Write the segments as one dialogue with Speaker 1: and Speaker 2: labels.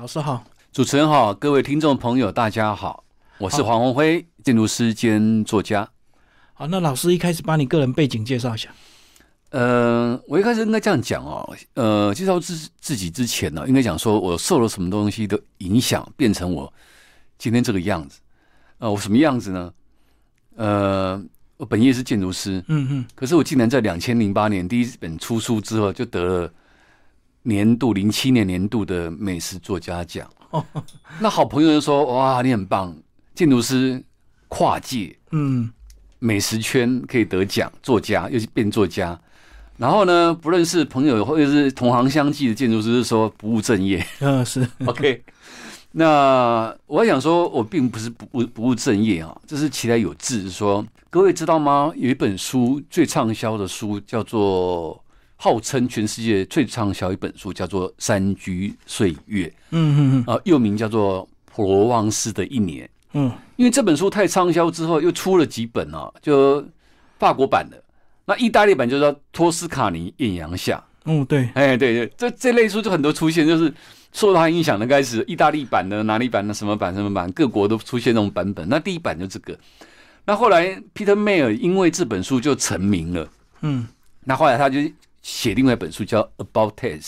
Speaker 1: 老师好，
Speaker 2: 主持人好，各位听众朋友，大家好，我是黄宏辉，建筑师兼作家。
Speaker 1: 好，那老师一开始把你个人背景介绍一下。
Speaker 2: 呃，我一开始应该这样讲哦，呃，介绍自自己之前呢、应该讲说我受了什么东西的影响，变成我今天这个样子。呃，我什么样子呢？呃，我本业是建筑师，
Speaker 1: 嗯嗯，
Speaker 2: 可是我竟然在两千零八年第一本出书之后，就得了年度零七年年度的美食作家奖。那好朋友就说：“哇，你很棒，建筑师跨界
Speaker 1: 嗯，
Speaker 2: 美食圈可以得奖，作家又是变作家。”然后呢，不认识朋友或者是同行相忌的建筑师就说不务正业。
Speaker 1: 呃 是，
Speaker 2: OK，那我想说，我并不是不不不务正业啊，这是其来有志。是说各位知道吗？有一本书最畅销的书叫做，号称全世界最畅销一本书叫做《山居岁月
Speaker 1: 嗯嗯》，
Speaker 2: 啊、又名叫做《普罗旺斯的一年》。
Speaker 1: 嗯
Speaker 2: 因为这本书太畅销之后，又出了几本啊，就法国版的，那意大利版就叫《托斯卡尼艳阳下》。
Speaker 1: 嗯，对，
Speaker 2: 哎，对对，这这类书就很多出现，就是受它影响的开始，意大利版的、哪里版的、什么版、什么版，各国都出现这种版本。那第一版就这个，那后来 Peter Mayer 因为这本书就成名了，
Speaker 1: 嗯
Speaker 2: 那后来他就写另外一本书叫《About Taste》，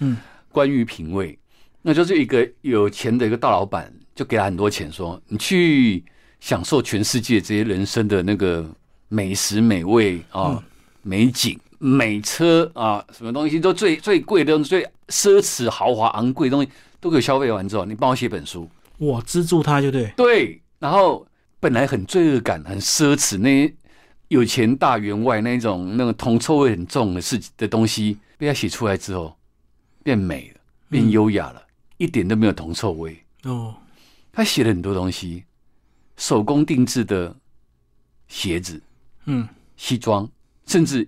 Speaker 1: 嗯，
Speaker 2: 关于品味，那就是一个有钱的一个大老板，就给他很多钱说，你去享受全世界这些人生的那个美食、美味啊、美景、美车啊，什么东西都最最贵的东西、最奢侈、豪华、昂贵的东西都给我消费完之后，你帮我写本书，
Speaker 1: 我资助他就对，
Speaker 2: 对，然后本来很罪恶感、很奢侈，那些有钱大员外那种那个铜臭味很重的事的东西，被他写出来之后，变美了，变优雅了，一点都没有铜臭味。
Speaker 1: 哦，
Speaker 2: 他写了很多东西，手工定制的鞋子、
Speaker 1: 嗯
Speaker 2: 西装，甚至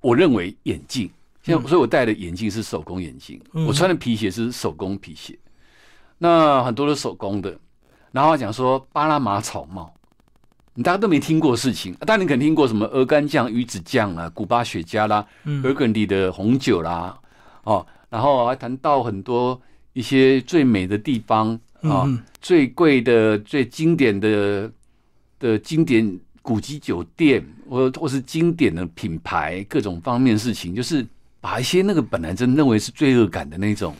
Speaker 2: 我认为眼镜。现在，所以我戴的眼镜是手工眼镜，
Speaker 1: 嗯
Speaker 2: 我穿的皮鞋是手工皮鞋。那很多都是手工的，然后讲说巴拿马草帽，你大家都没听过事情，但你肯定听过什么鹅肝酱、鱼子酱啦、古巴雪茄啦、
Speaker 1: 嗯
Speaker 2: Burgundy 的红酒啦，哦，然后还谈到很多一些最美的地方啊、
Speaker 1: 嗯
Speaker 2: 最贵的、最经典的的经典古籍酒店，或或是经典的品牌，各种方面事情，就是把一些那个本来真认为是罪恶感的那种，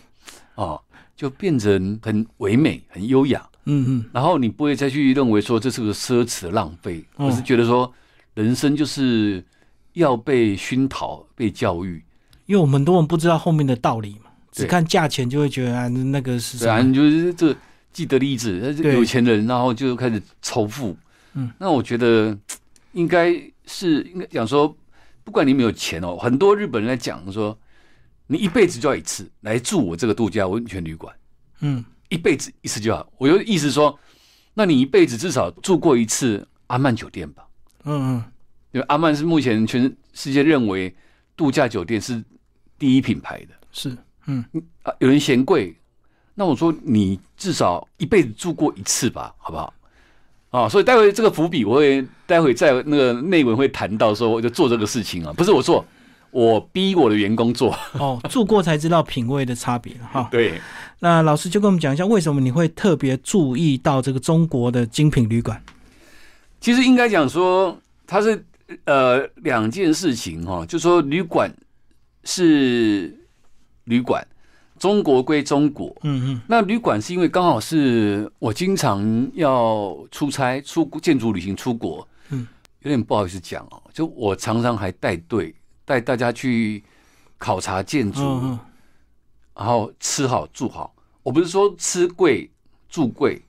Speaker 2: 哦，就变成很唯美、很优雅。
Speaker 1: 嗯嗯
Speaker 2: 然后你不会再去认为说这是个奢侈的浪费，
Speaker 1: 嗯
Speaker 2: 我是觉得说人生就是要被熏陶、被教育。
Speaker 1: 因为我们很多人不知道后面的道理嘛，只
Speaker 2: 对
Speaker 1: 看价钱就会觉得啊那个是
Speaker 2: 对啊，
Speaker 1: 啥，
Speaker 2: 你就是这个既得利益者，那
Speaker 1: 对
Speaker 2: 是有钱人，然后就开始仇富。
Speaker 1: 嗯，
Speaker 2: 那我觉得嘖应该是应该讲说，不管你有没有钱哦，很多日本人在讲说，你一辈子就要一次来住我这个度假温泉旅馆，
Speaker 1: 嗯
Speaker 2: 一辈子一次就好。我就意思说，那你一辈子至少住过一次阿曼酒店吧。
Speaker 1: 嗯嗯
Speaker 2: 因为阿曼是目前全世界认为度假酒店是第一品牌的
Speaker 1: 是，嗯
Speaker 2: 啊，有人嫌贵，那我说你至少一辈子住过一次吧，好不好？啊，所以待会这个伏笔我会待会在那个内文会谈到说，我就做这个事情啊，不是我做，我逼我的员工做，
Speaker 1: 哦，住过才知道品味的差别了哈。
Speaker 2: 对。
Speaker 1: 那老师就跟我们讲一下，为什么你会特别注意到这个中国的精品旅馆？
Speaker 2: 其实应该讲说，它是呃两件事情哈、就说旅馆是旅馆，中国归中国，
Speaker 1: 嗯
Speaker 2: 那旅馆是因为刚好是我经常要出差、出建筑旅行、出国，
Speaker 1: 嗯，
Speaker 2: 有点不好意思讲哦，就我常常还带队带大家去考察建
Speaker 1: 嗯
Speaker 2: 筑，
Speaker 1: 嗯嗯，
Speaker 2: 然后吃好住好。我不是说吃贵住贵，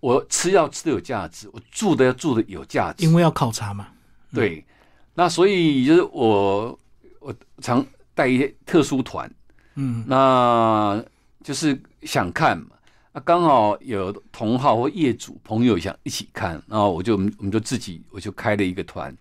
Speaker 2: 我吃要吃的有价值，我住的要住的有价值
Speaker 1: 因。为要嗯考察嘛。
Speaker 2: 对，那所以就是我我常带一些特殊团，
Speaker 1: 嗯
Speaker 2: 那就是想看嘛，啊，刚好有同好或业主朋友想一起看，然后我就我们我们就自己我就开了一个团，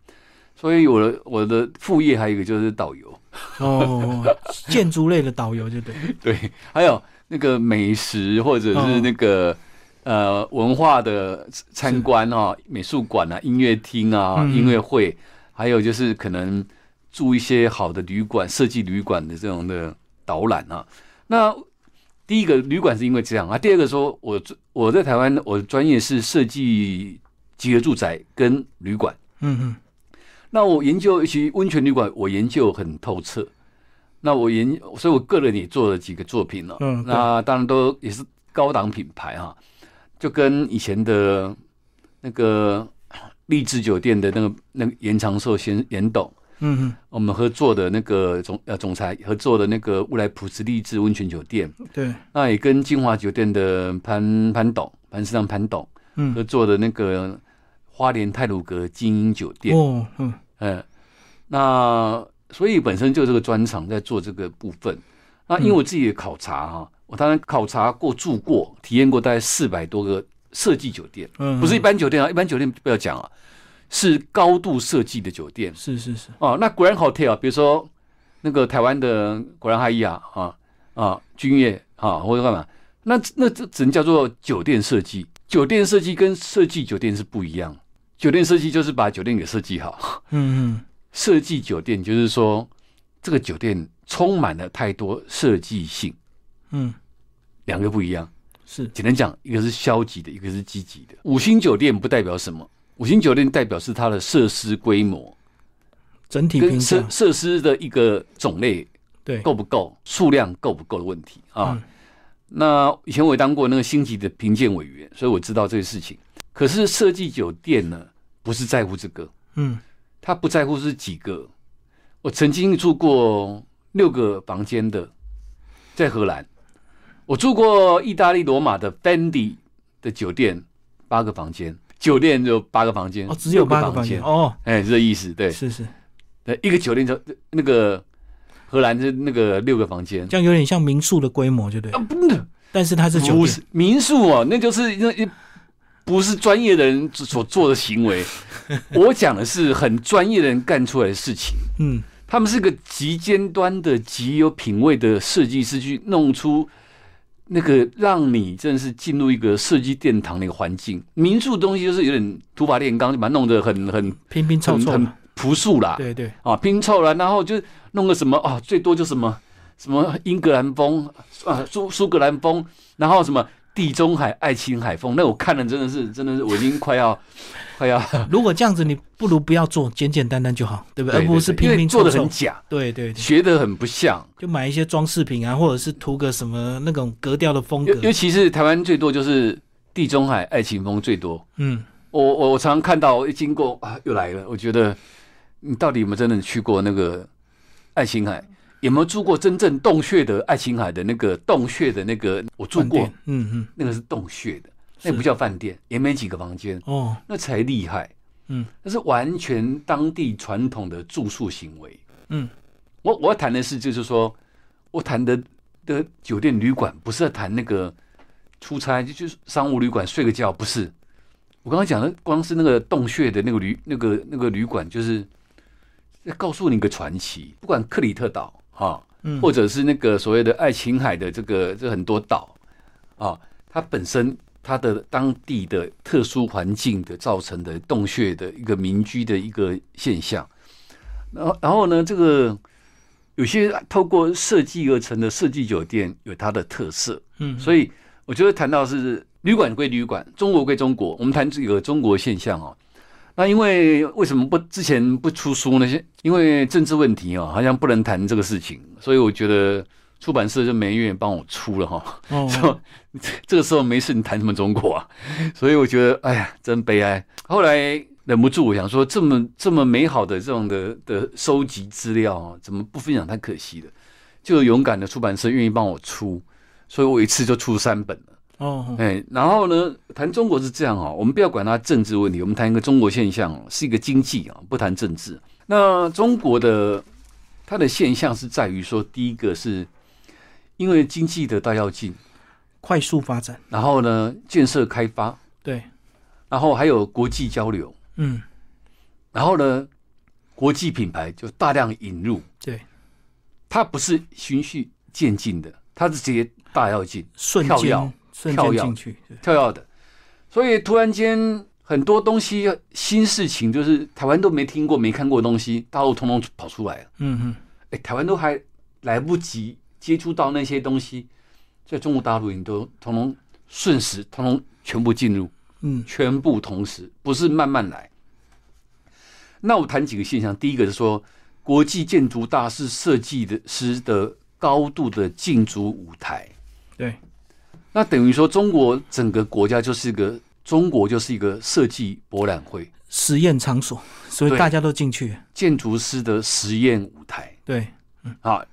Speaker 2: 所以我的我的副业还有一个就是导游，
Speaker 1: 哦，建筑类的导游就对，
Speaker 2: 对，还有那个美食或者是那个、呃文化的参观啊，美术馆啊、音乐厅啊、
Speaker 1: 嗯
Speaker 2: 音乐会，还有就是可能住一些好的旅馆、设计旅馆的这种的导览啊。那第一个旅馆是因为这样啊，第二个说我我在台湾我的专业是设计集合住宅跟旅馆，
Speaker 1: 嗯嗯
Speaker 2: 那我研究其实温泉旅馆，我研究很透彻。那我研，所以我个人也做了几个作品了、
Speaker 1: 嗯对
Speaker 2: 那当然都也是高档品牌哈、就跟以前的那个励志酒店的那个那个严长寿先严董，
Speaker 1: 嗯
Speaker 2: 我们合作的那个总呃总裁合作的那个乌来普斯励志温泉酒店，
Speaker 1: 嗯，对，
Speaker 2: 那也跟金华酒店的潘潘董潘市长潘董合
Speaker 1: 嗯
Speaker 2: 作的那个花莲泰鲁阁精英酒店。
Speaker 1: 哦嗯
Speaker 2: 嗯，那所以本身就这个专长在做这个部分。那因为我自己也考察哈、我当然考察过、住过、体验过大概四百多个设计酒店，
Speaker 1: 嗯，
Speaker 2: 不是一般酒店啊，一般酒店不要讲啊，是高度设计的酒店
Speaker 1: 是是是，
Speaker 2: 哦。那 Grand Hotel，比如说那个台湾的果然哈伊啊啊啊君悦啊，或者干嘛，那那这只能叫做酒店设计。酒店设计跟设计酒店是不一样，酒店设计就是把酒店给设计好。
Speaker 1: 嗯嗯
Speaker 2: 设计酒店，就是说这个酒店充满了太多设计性，
Speaker 1: 嗯
Speaker 2: 两个不一样。
Speaker 1: 是，
Speaker 2: 简单讲，一个是消极的，一个是积极的。五星酒店不代表什么，五星酒店代表是它的设施规模
Speaker 1: 整体评
Speaker 2: 跟哦
Speaker 1: 价
Speaker 2: 设设施的一个种类
Speaker 1: 对，
Speaker 2: 够不够、数量够不够的问题啊。
Speaker 1: 嗯
Speaker 2: 那以前我也当过那个星级的评鉴委员，所以我知道这个事情。可是设计酒店呢，不是在乎这个，
Speaker 1: 嗯
Speaker 2: 他不在乎是几个。我曾经住过六个房间的，在荷兰，我住过意大利罗马的 Fendi 的酒店，八个房间，酒店就八个房间，
Speaker 1: 哦，只有八
Speaker 2: 六
Speaker 1: 个房间，哦，
Speaker 2: 哎，这意思对，
Speaker 1: 是是，
Speaker 2: 对，一个酒店就那个荷兰是那个六个房间，
Speaker 1: 这样有点像民宿的规模，就对
Speaker 2: 啊，，不是
Speaker 1: 但是它是酒
Speaker 2: 不
Speaker 1: 店，
Speaker 2: 是民宿哦，那就是那一不是专业的人所做的行 为，我讲的是很专业的人干出来的事情。
Speaker 1: 嗯
Speaker 2: 他们是个极尖端的、极有品味的设计师，去弄出那个让你真的是进入一个设计殿堂的一个环境。民宿的东西就是有点土法炼钢，就把它弄得很很
Speaker 1: 拼拼凑
Speaker 2: 很
Speaker 1: 凑
Speaker 2: 很
Speaker 1: 嘛，
Speaker 2: 朴素啦，
Speaker 1: 对对，
Speaker 2: 啊，拼凑了，然后就弄个什么啊，最多就什么什么英格兰风啊，苏苏格兰风，然后什么地中海、爱琴海风，那我看了真的是真的是我已经快要 快要
Speaker 1: 如果这样子，你不如不要做，简简单单就好，对不对？而不是
Speaker 2: 对对
Speaker 1: 拼
Speaker 2: 因为
Speaker 1: 拼
Speaker 2: 做
Speaker 1: 凑
Speaker 2: 的
Speaker 1: 凑
Speaker 2: 很，假，
Speaker 1: 对对对，
Speaker 2: 学的很不像。
Speaker 1: 就买一些装饰品啊，或者是图个什么那种格调的风
Speaker 2: 尤
Speaker 1: 格，
Speaker 2: 尤其是台湾最多就是地中海爱情风最多。
Speaker 1: 嗯
Speaker 2: 我我我常常看到，我一经过啊，又来了。我觉得你到底有没有真的去过那个爱琴海？有没有住过真正洞穴的爱琴海的那个洞穴的那个？我住
Speaker 1: 饭
Speaker 2: 过
Speaker 1: 店，，嗯嗯，
Speaker 2: 那个是洞穴的，那
Speaker 1: 是
Speaker 2: 不叫饭店，也没几个房间，
Speaker 1: 哦，
Speaker 2: 那才厉害。
Speaker 1: 嗯，
Speaker 2: 那是完全当地传统的住宿行为。
Speaker 1: 嗯，
Speaker 2: 我我要谈的是，就是说我谈的的酒店旅馆，不是在谈那个出差，就就是商务旅馆睡个觉，不是。我刚刚讲的，光是那个洞穴的那个旅那个那个旅馆，就是在告诉你一个传奇。不管克里特岛哈、
Speaker 1: 嗯
Speaker 2: 或者是那个所谓的爱琴海的这个这很多岛啊，它本身它的当地的特殊环境的造成的洞穴的一个民居的一个现象。然后然后呢，这个有些透过设计而成的设计酒店有它的特色，
Speaker 1: 嗯
Speaker 2: 所以我觉得谈到是旅馆归旅馆，中国归中国，我们谈这个中国现象哦。那因为为什么不之前不出书呢？现因为政治问题哦，好像不能谈这个事情，所以我觉得出版社就没愿意帮我出了哈、
Speaker 1: 哦，
Speaker 2: 说这个时候没事，你谈什么中国啊？ 所以我觉得，哎呀，真悲哀。后来忍不住，我想说，这么这么美好的这种的的收集资料啊，怎么不分享？太可惜了。就勇敢的出版社愿意帮我出，所以我一次就出三本了。
Speaker 1: 哦，
Speaker 2: 哎，然后呢，谈中国是这样哦，我们不要管它政治问题，我们谈一个中国现象哦，是一个经济啊，不谈政治。那中国的它的现象是在于说，第一个是因为经济得到要进。
Speaker 1: 快速发展，
Speaker 2: 然后呢，建设开发，
Speaker 1: 对，
Speaker 2: 然后还有国际交流，
Speaker 1: 嗯
Speaker 2: 然后呢，国际品牌就大量引入，
Speaker 1: 对，
Speaker 2: 它不是循序渐进的，它是直接大跃进、
Speaker 1: 瞬
Speaker 2: 跳
Speaker 1: 间
Speaker 2: 跃
Speaker 1: 瞬
Speaker 2: 跳
Speaker 1: 间
Speaker 2: 跃
Speaker 1: 进去，对
Speaker 2: 跳跃的，所以突然间很多东西新事情，就是台湾都没听过、没看过的东西，大陆通通跑出来了，
Speaker 1: 嗯嗯，
Speaker 2: 哎，台湾都还来不及接触到那些东西，在中国大陆你都通通瞬时，通通全部进入，
Speaker 1: 嗯
Speaker 2: 全部同时，不是慢慢来。那我谈几个现象，第一个是说，国际建筑大师设计的师的高度的竞逐舞台，
Speaker 1: 对，
Speaker 2: 那等于说中国整个国家就是一个中国就是一个设计博览会，
Speaker 1: 实验场所，所以
Speaker 2: 对
Speaker 1: 大家都进去。
Speaker 2: 建筑师的实验舞台。
Speaker 1: 对，
Speaker 2: 啊。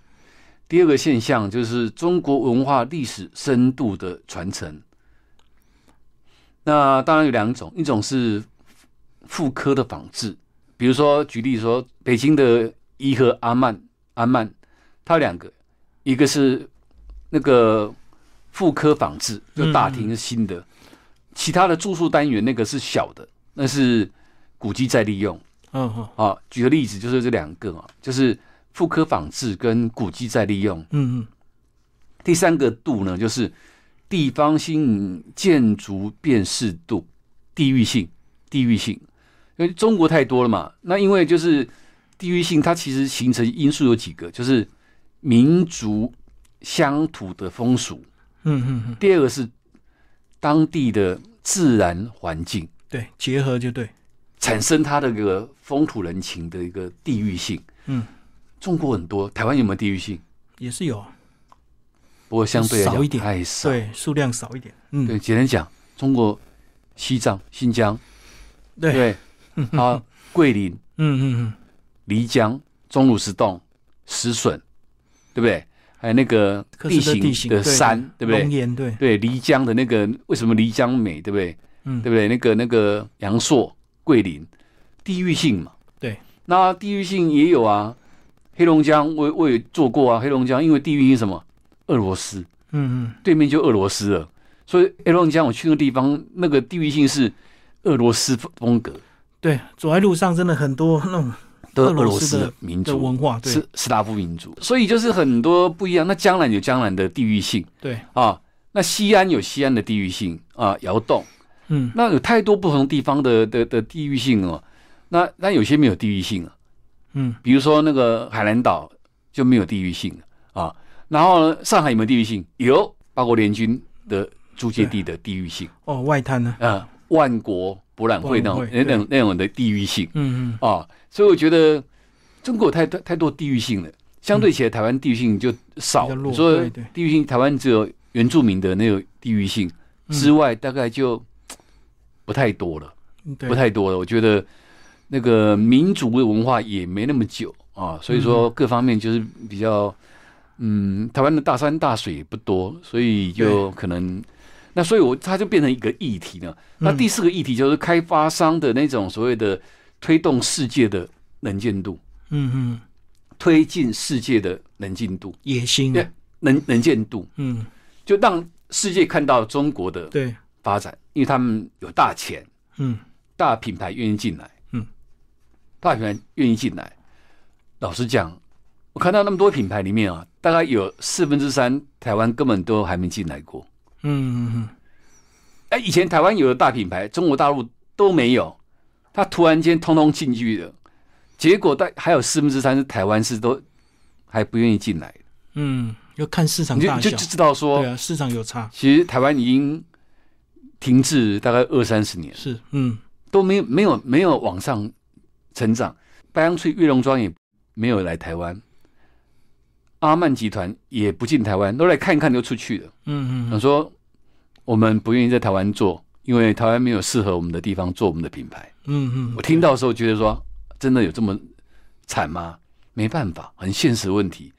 Speaker 2: 第二个现象就是中国文化历史深度的传承。那当然有两种，一种是妇科的仿制，比如说举例说，北京的伊和阿曼阿曼，它有两个，一个是那个妇科仿制，就大厅是新的，其他的住宿单元那个是小的，那是古迹再利用。
Speaker 1: 嗯哼
Speaker 2: 啊，举个例子，就是这两个啊，就是妇科仿制跟古迹再利用。
Speaker 1: 嗯嗯，
Speaker 2: 第三个度呢，就是地方性建筑辨识度，地域性，地域性，因为中国太多了嘛。那因为就是地域性，它其实形成因素有几个，就是民族乡土的风俗，
Speaker 1: 嗯嗯嗯，
Speaker 2: 第二个是当地的自然环境。
Speaker 1: 对，结合就对。
Speaker 2: 产生它的一个风土人情的一个地域性。
Speaker 1: 嗯，
Speaker 2: 中国很多，台湾有没有地域性？
Speaker 1: 也是有，
Speaker 2: 不过相对来
Speaker 1: 少
Speaker 2: 讲
Speaker 1: 一点
Speaker 2: 太少。
Speaker 1: 对，数量少一点。嗯，
Speaker 2: 对，简单讲，中国西藏、新疆，
Speaker 1: 对嗯
Speaker 2: 对，啊，桂林、
Speaker 1: 嗯嗯
Speaker 2: 漓江、钟乳石洞、石笋，对不对？还有那个
Speaker 1: 嗯，
Speaker 2: 地
Speaker 1: 克什的地
Speaker 2: 形
Speaker 1: 形
Speaker 2: 的山，对不对
Speaker 1: 熔？岩对，
Speaker 2: 对，漓江的那个为什么漓江美，对不对？
Speaker 1: 嗯
Speaker 2: 对不对？那个那个阳朔、桂林，地域性嘛。
Speaker 1: 对，
Speaker 2: 那地域性也有啊。黑龙江我我也做过啊，黑龙江因为地域性什么，俄罗斯
Speaker 1: 嗯嗯，
Speaker 2: 对面就俄罗斯了，所以黑龙江我去那个地方，那个地域性是俄罗斯风格
Speaker 1: 对，走在路上真的很多那种
Speaker 2: 的
Speaker 1: 俄
Speaker 2: 俄
Speaker 1: 罗
Speaker 2: 罗
Speaker 1: 斯
Speaker 2: 斯
Speaker 1: 的
Speaker 2: 的民
Speaker 1: 的
Speaker 2: 族，
Speaker 1: 文化，对
Speaker 2: 斯斯拉夫民族，所以就是很多不一样。那江南有江南的地域性
Speaker 1: 对，
Speaker 2: 啊，那西安有西安的地域性啊，窑洞。
Speaker 1: 嗯
Speaker 2: 那有太多不同地方的的的地域性哦，那那有些没有地域性啊，
Speaker 1: 嗯，
Speaker 2: 比如说那个海南岛就没有地域性啊，然后呢，上海有没有地域性？有，八国联军的租界地的地域性，
Speaker 1: 哦，外滩呢，
Speaker 2: 啊，万国博览会那
Speaker 1: 博
Speaker 2: 种
Speaker 1: 览会
Speaker 2: 那种那种的地域性
Speaker 1: 嗯嗯，
Speaker 2: 啊，所以我觉得中国太多太多地域性了，相对起来台湾地域性就少
Speaker 1: 比较，弱
Speaker 2: 所以
Speaker 1: 对对
Speaker 2: 地域性台湾只有原住民的那个地域性之外，大概就不太多了。
Speaker 1: 嗯对
Speaker 2: 不，太多了。我觉得那个民族的文化也没那么久啊，所以说各方面就是比较，嗯，台湾的大山大水也不多，所以就可能。那所以我，它就变成一个议题呢。
Speaker 1: 嗯
Speaker 2: 那第四个议题就是开发商的那种所谓的推动世界的能见度，
Speaker 1: 嗯嗯，
Speaker 2: 推进世界的能见度，
Speaker 1: 野心啊，
Speaker 2: 对能能见度，
Speaker 1: 嗯，
Speaker 2: 就让世界看到中国的
Speaker 1: 对，
Speaker 2: 发展，因为他们有大钱，
Speaker 1: 嗯
Speaker 2: 大品牌愿意进来，
Speaker 1: 嗯，
Speaker 2: 大品牌愿意进来。老实讲，我看到那么多品牌里面啊，大概有四分之三台湾根本都还没进来过。
Speaker 1: 嗯嗯嗯，
Speaker 2: 哎，以前台湾有的大品牌，中国大陆都没有，它突然间通通进去了，结果大还有四分之三是台湾是都还不愿意进来，
Speaker 1: 嗯，要看市场
Speaker 2: 你就
Speaker 1: 大
Speaker 2: 就
Speaker 1: 小
Speaker 2: 就，知道说，
Speaker 1: 对啊，市场有差，
Speaker 2: 其实台湾已经停滞大概二三十年了。
Speaker 1: 是，嗯
Speaker 2: 都没有没有没有往上成长。白杨翠、玉龙庄也没有来台湾，阿曼集团也不进台湾，都来看一看就出去了。
Speaker 1: 嗯嗯
Speaker 2: 想说我们不愿意在台湾做，因为台湾没有适合我们的地方做我们的品牌。
Speaker 1: 嗯嗯
Speaker 2: 我，听到的时候觉得说，真的有这么惨吗？没办法，很现实的问题。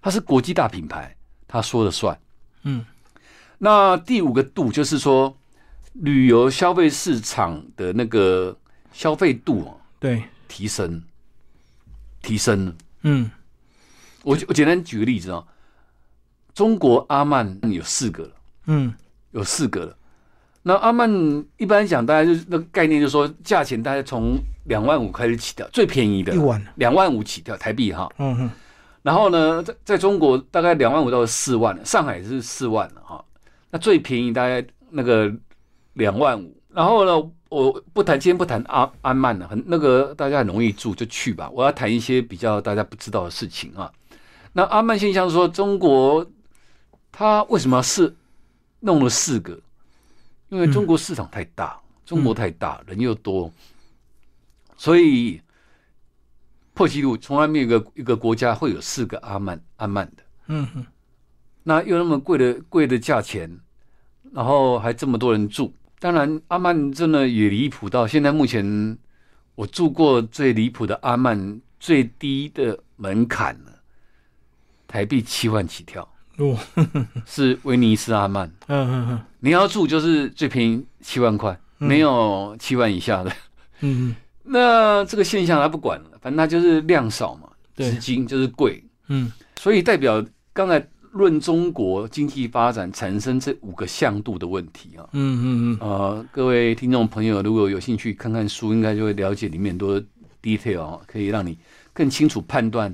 Speaker 2: 它是国际大品牌，他说了算。
Speaker 1: 嗯，
Speaker 2: 那第五个度就是说，旅游消费市场的那个消费度、哦、
Speaker 1: 对，
Speaker 2: 提升，提升了。
Speaker 1: 嗯
Speaker 2: 我我简单举个例子啊、哦，中国阿曼有四个了，
Speaker 1: 嗯
Speaker 2: 有四个了。那阿曼一般讲，大家就是那个概念，就是说价钱大概从两万五开始起跳，最便宜的
Speaker 1: 一碗，
Speaker 2: 两万五起跳台币哈。
Speaker 1: 嗯嗯
Speaker 2: 然后呢，在在中国大概两万五到四万，上海是四万了哈。那最便宜大概那个两万五。然后呢，我不谈今天不谈阿安曼了，很那个大家很容易住就去吧。我要谈一些比较大家不知道的事情啊。那阿曼现象是说，中国他为什么要四弄了四个？因为中国市场太大，中国太大，人又多，所以破纪录从来没有一个一个国家会有四个阿曼阿曼的。
Speaker 1: 嗯哼
Speaker 2: 那又那么贵的贵的价钱，然后还这么多人住。当然，阿曼真的也离谱到现在目前，我住过最离谱的阿曼，最低的门槛呢，台币七万起跳，
Speaker 1: 哦，
Speaker 2: 是威尼斯阿曼。
Speaker 1: 嗯嗯嗯
Speaker 2: 你要住就是最便宜七万块，没有七万以下的。
Speaker 1: 嗯
Speaker 2: 那这个现象他不管了，反正他就是量少嘛，
Speaker 1: 对
Speaker 2: 资金就是贵，
Speaker 1: 嗯
Speaker 2: 所以代表刚才论中国经济发展产生这五个向度的问题啊。
Speaker 1: 嗯嗯
Speaker 2: 呃，各位听众朋友，如果有兴趣看看书，应该就会了解里面很多 detail，哦可以让你更清楚判断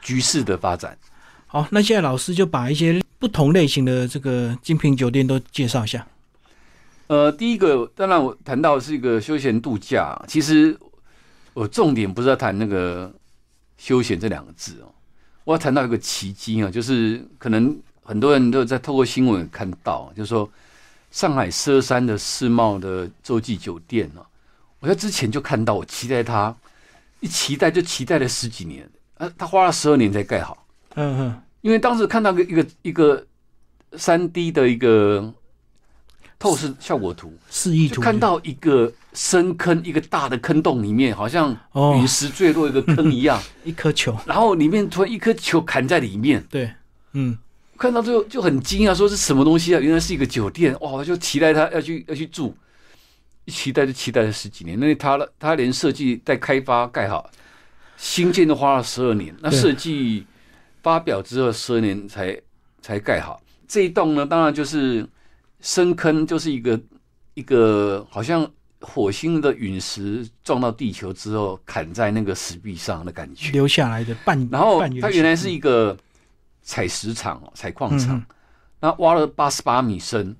Speaker 2: 局势的发展。
Speaker 1: 嗯，好，那现在老师就把一些不同类型的这个精品酒店都介绍一下。
Speaker 2: 呃，第一个，当然我谈到的是一个休闲度假，其实我重点不是要谈那个休闲这两个字哦，我要谈到一个奇迹啊，就是可能很多人都在透过新闻看到，就是说上海佘山的世贸的洲际酒店啊，我在之前就看到，我期待它，一期待就期待了十几年，啊，它花了十二年才盖好，
Speaker 1: 嗯嗯，
Speaker 2: 因为当时看到个一个一个三 D 的一个透视效果图。
Speaker 1: 示意
Speaker 2: 就
Speaker 1: 图
Speaker 2: 看到一个深坑，一个大的坑洞里面，好像
Speaker 1: 哦
Speaker 2: 陨，石坠落一个坑 一样，
Speaker 1: 一颗球，
Speaker 2: 然后里面突然一颗球砍在里面，
Speaker 1: 对，嗯
Speaker 2: 看到最后就很惊讶，说是什么东西啊？原来是一个酒店，哇！我就期待他要去要去住，一期待就期待了十几年，那他了他连设计再开发盖好，新建都花了十二年，那
Speaker 1: 对
Speaker 2: 设计发表之后十二年才才盖好。这一栋呢，当然就是深坑，就是一个一个好像火星的陨石撞到地球之后砍在那个石壁上的感觉。
Speaker 1: 留下来的半，
Speaker 2: 然后
Speaker 1: 半圆
Speaker 2: 它
Speaker 1: 形
Speaker 2: 原来是一个采石场哦，采矿
Speaker 1: 嗯
Speaker 2: 场
Speaker 1: 嗯，
Speaker 2: 那挖了八十八米深，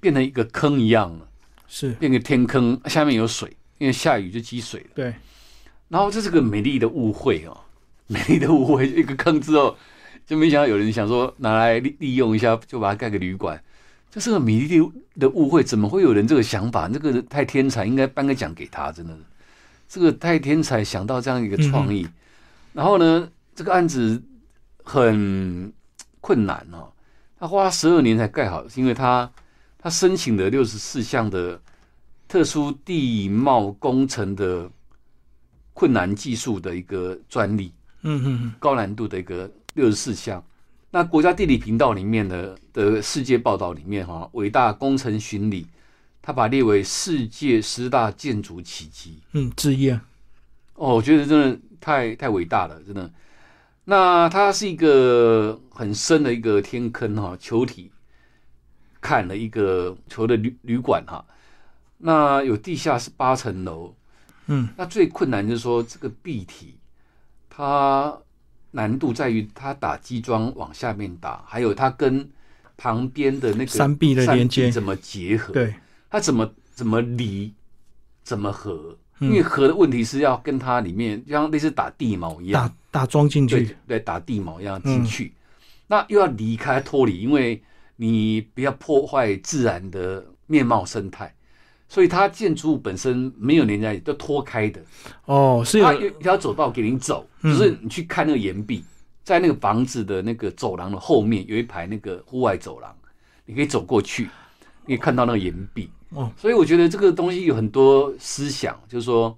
Speaker 2: 变成一个坑一样了，
Speaker 1: 是，
Speaker 2: 变个天坑，下面有水，因为下雨就积水了。
Speaker 1: 对，
Speaker 2: 然后这是个美丽的误会哦， 美丽的误会，一个坑之后，就没想到有人想说拿来利利用一下，就把它盖个旅馆。这是个美丽的误会，怎么会有人这个想法？那个人太天才，应该颁个奖给他，真的，这个太天才想到这样一个创意。然后呢，这个案子很困难哦，他花十二年才盖好，是因为他他申请了六十四项的特殊地貌工程的困难技术的一个专利，
Speaker 1: 嗯嗯嗯，
Speaker 2: 高难度的一个六十四项。那国家地理频道里面的的世界报道里面哈、伟大工程巡礼，他把列为世界十大建筑奇迹。
Speaker 1: 嗯，之一啊，
Speaker 2: 哦，我觉得真的太太伟大了，真的。那它是一个很深的一个天坑哈、球体看了一个球的旅旅馆哈、那有地下是八层楼，
Speaker 1: 嗯，
Speaker 2: 那最困难就是说这个壁体，它难度在于它打基桩往下面打，还有它跟旁边的那个
Speaker 1: 山壁的
Speaker 2: 山
Speaker 1: 连接
Speaker 2: 怎么结合？
Speaker 1: 对，
Speaker 2: 它怎么怎么离，怎么合？
Speaker 1: 嗯
Speaker 2: 因为合的问题是要跟它里面，就像类似打地锚一样
Speaker 1: 打，打桩进去
Speaker 2: 对，对，打地锚一样
Speaker 1: 嗯
Speaker 2: 进去。那又要离开脱离，因为你不要破坏自然的面貌生态，所以它建筑物本身没有连在一起，都拖开的。
Speaker 1: 哦，是
Speaker 2: 它
Speaker 1: 有
Speaker 2: 啊有一条走道给你走，
Speaker 1: 嗯
Speaker 2: 就是你去看那个岩壁，在那个房子的那个走廊的后面有一排那个户外走廊，你可以走过去，你可以看到那个岩壁。
Speaker 1: 哦，
Speaker 2: 所以我觉得这个东西有很多思想，就是说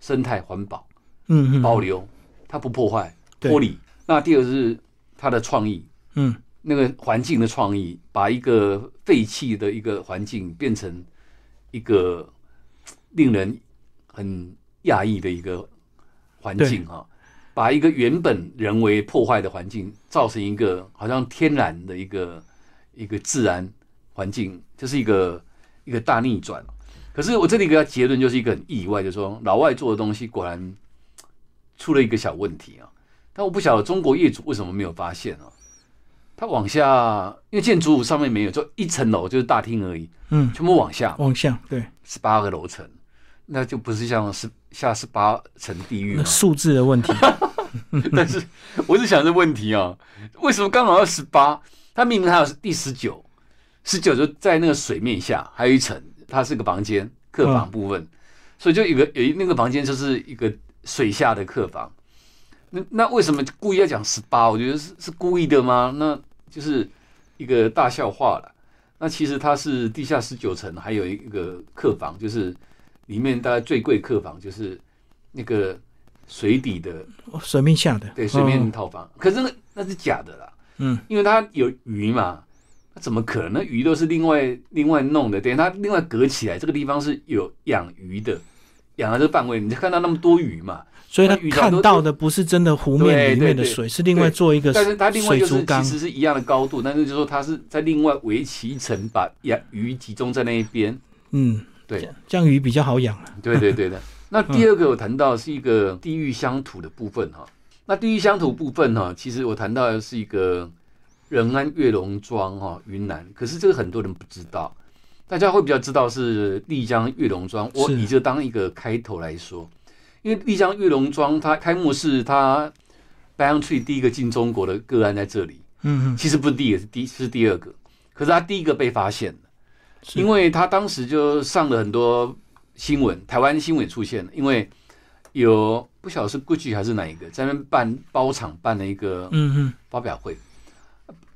Speaker 2: 生态环保
Speaker 1: 嗯嗯
Speaker 2: 保留，它不破坏
Speaker 1: 对
Speaker 2: 脱离。那第二个是它的创意，
Speaker 1: 嗯，
Speaker 2: 那个环境的创意，把一个废弃的一个环境变成一个令人很讶异的一个环境哈、把一个原本人为破坏的环境，造成一个好像天然的一个一个自然环境，这是一个一个大逆转。可是我这里给他结论就是一个很意外，就是说老外做的东西果然出了一个小问题啊。但我不晓得中国业主为什么没有发现啊。它往下，因为建筑物上面没有，就一层楼就是大厅而已，
Speaker 1: 嗯
Speaker 2: 全部往下
Speaker 1: 往下，对，
Speaker 2: 十八个楼层，那就不是像十下十八层地狱嘛
Speaker 1: 那？数字 的问题，
Speaker 2: 哦但是我是想这问题啊，为什么刚好要十八？它命名它有第十九，十九就在那个水面下还有一层，它是个房间客房部分，所以就有个有一那个房间就是一个水下的客房。那那为什么故意要讲十八？我觉得是是故意的吗？那就是一个大笑话了。那其实它是地下十九层，还有一个客房，就是里面大概最贵客房就是那个水底的
Speaker 1: 哦水面下的，
Speaker 2: 对，随便
Speaker 1: 嗯
Speaker 2: 套房。可是那个那是假的啦，
Speaker 1: 嗯，
Speaker 2: 因为它有鱼嘛，那怎么可能？那鱼都是另外另外弄的，等于它另外隔起来，这个地方是有养鱼的，养的这个范围，你就看到那么多鱼嘛。
Speaker 1: 所以他
Speaker 2: 那遇到
Speaker 1: 看
Speaker 2: 都
Speaker 1: 到的不是真的湖面
Speaker 2: 对
Speaker 1: 里
Speaker 2: 对
Speaker 1: 面的
Speaker 2: 对
Speaker 1: 水，是另外
Speaker 2: 对
Speaker 1: 做一个
Speaker 2: 但是它另外
Speaker 1: 水
Speaker 2: 就
Speaker 1: 族
Speaker 2: 是其
Speaker 1: 缸。
Speaker 2: 实是一样的高度，但是就是说它是在另外围起一层，把养鱼集中在那一边。
Speaker 1: 嗯，
Speaker 2: 对
Speaker 1: 这样，这样鱼比较好养啊了。
Speaker 2: 对 对对的。那第二个我谈到是一个地域乡土的部分哈。那地域乡土部分哈，其实我谈到的是一个仁安月龙庄哈，云南。可是这个很多人不知道，大家会比较知道是丽江月龙庄。我
Speaker 1: 是
Speaker 2: 以这当一个开头来说，因为丽江月龙庄它开幕是它 Bound Tree 第一个进中国的个案在这里，
Speaker 1: 嗯嗯，
Speaker 2: 其实不是第一个，是第是第二个，可是它第一个被发现了。
Speaker 1: 是
Speaker 2: 因为他当时就上了很多新闻，台湾新闻也出现了，因为有不晓得是 GUCCI 还是哪一个在那边办包场办了一个
Speaker 1: 嗯嗯
Speaker 2: 发表会，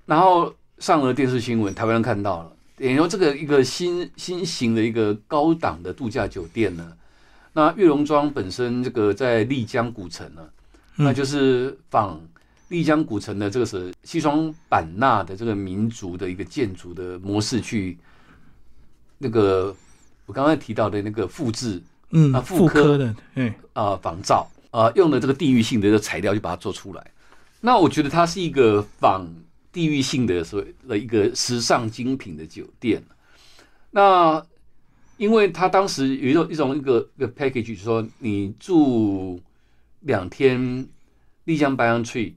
Speaker 2: 然后上了电视新闻，台湾人看到了，也就这个一个新新型的一个高档的度假酒店呢，那玉龙庄本身这个在丽江古城呢，
Speaker 1: 嗯
Speaker 2: 那就是仿丽江古城的这个是西双版纳的这个民族的一个建筑的模式去，那个我刚才提到的那个复制啊
Speaker 1: 嗯，
Speaker 2: 妇
Speaker 1: 妇
Speaker 2: 科
Speaker 1: 科的，对，
Speaker 2: 啊仿造啊、呃用的这个地域性的这个材料就把它做出来。那我觉得它是一个仿地域性的所谓的一个时尚精品的酒店。那因为它当时有一种一种一个一个 package，就是说你住两天丽江白杨 tree，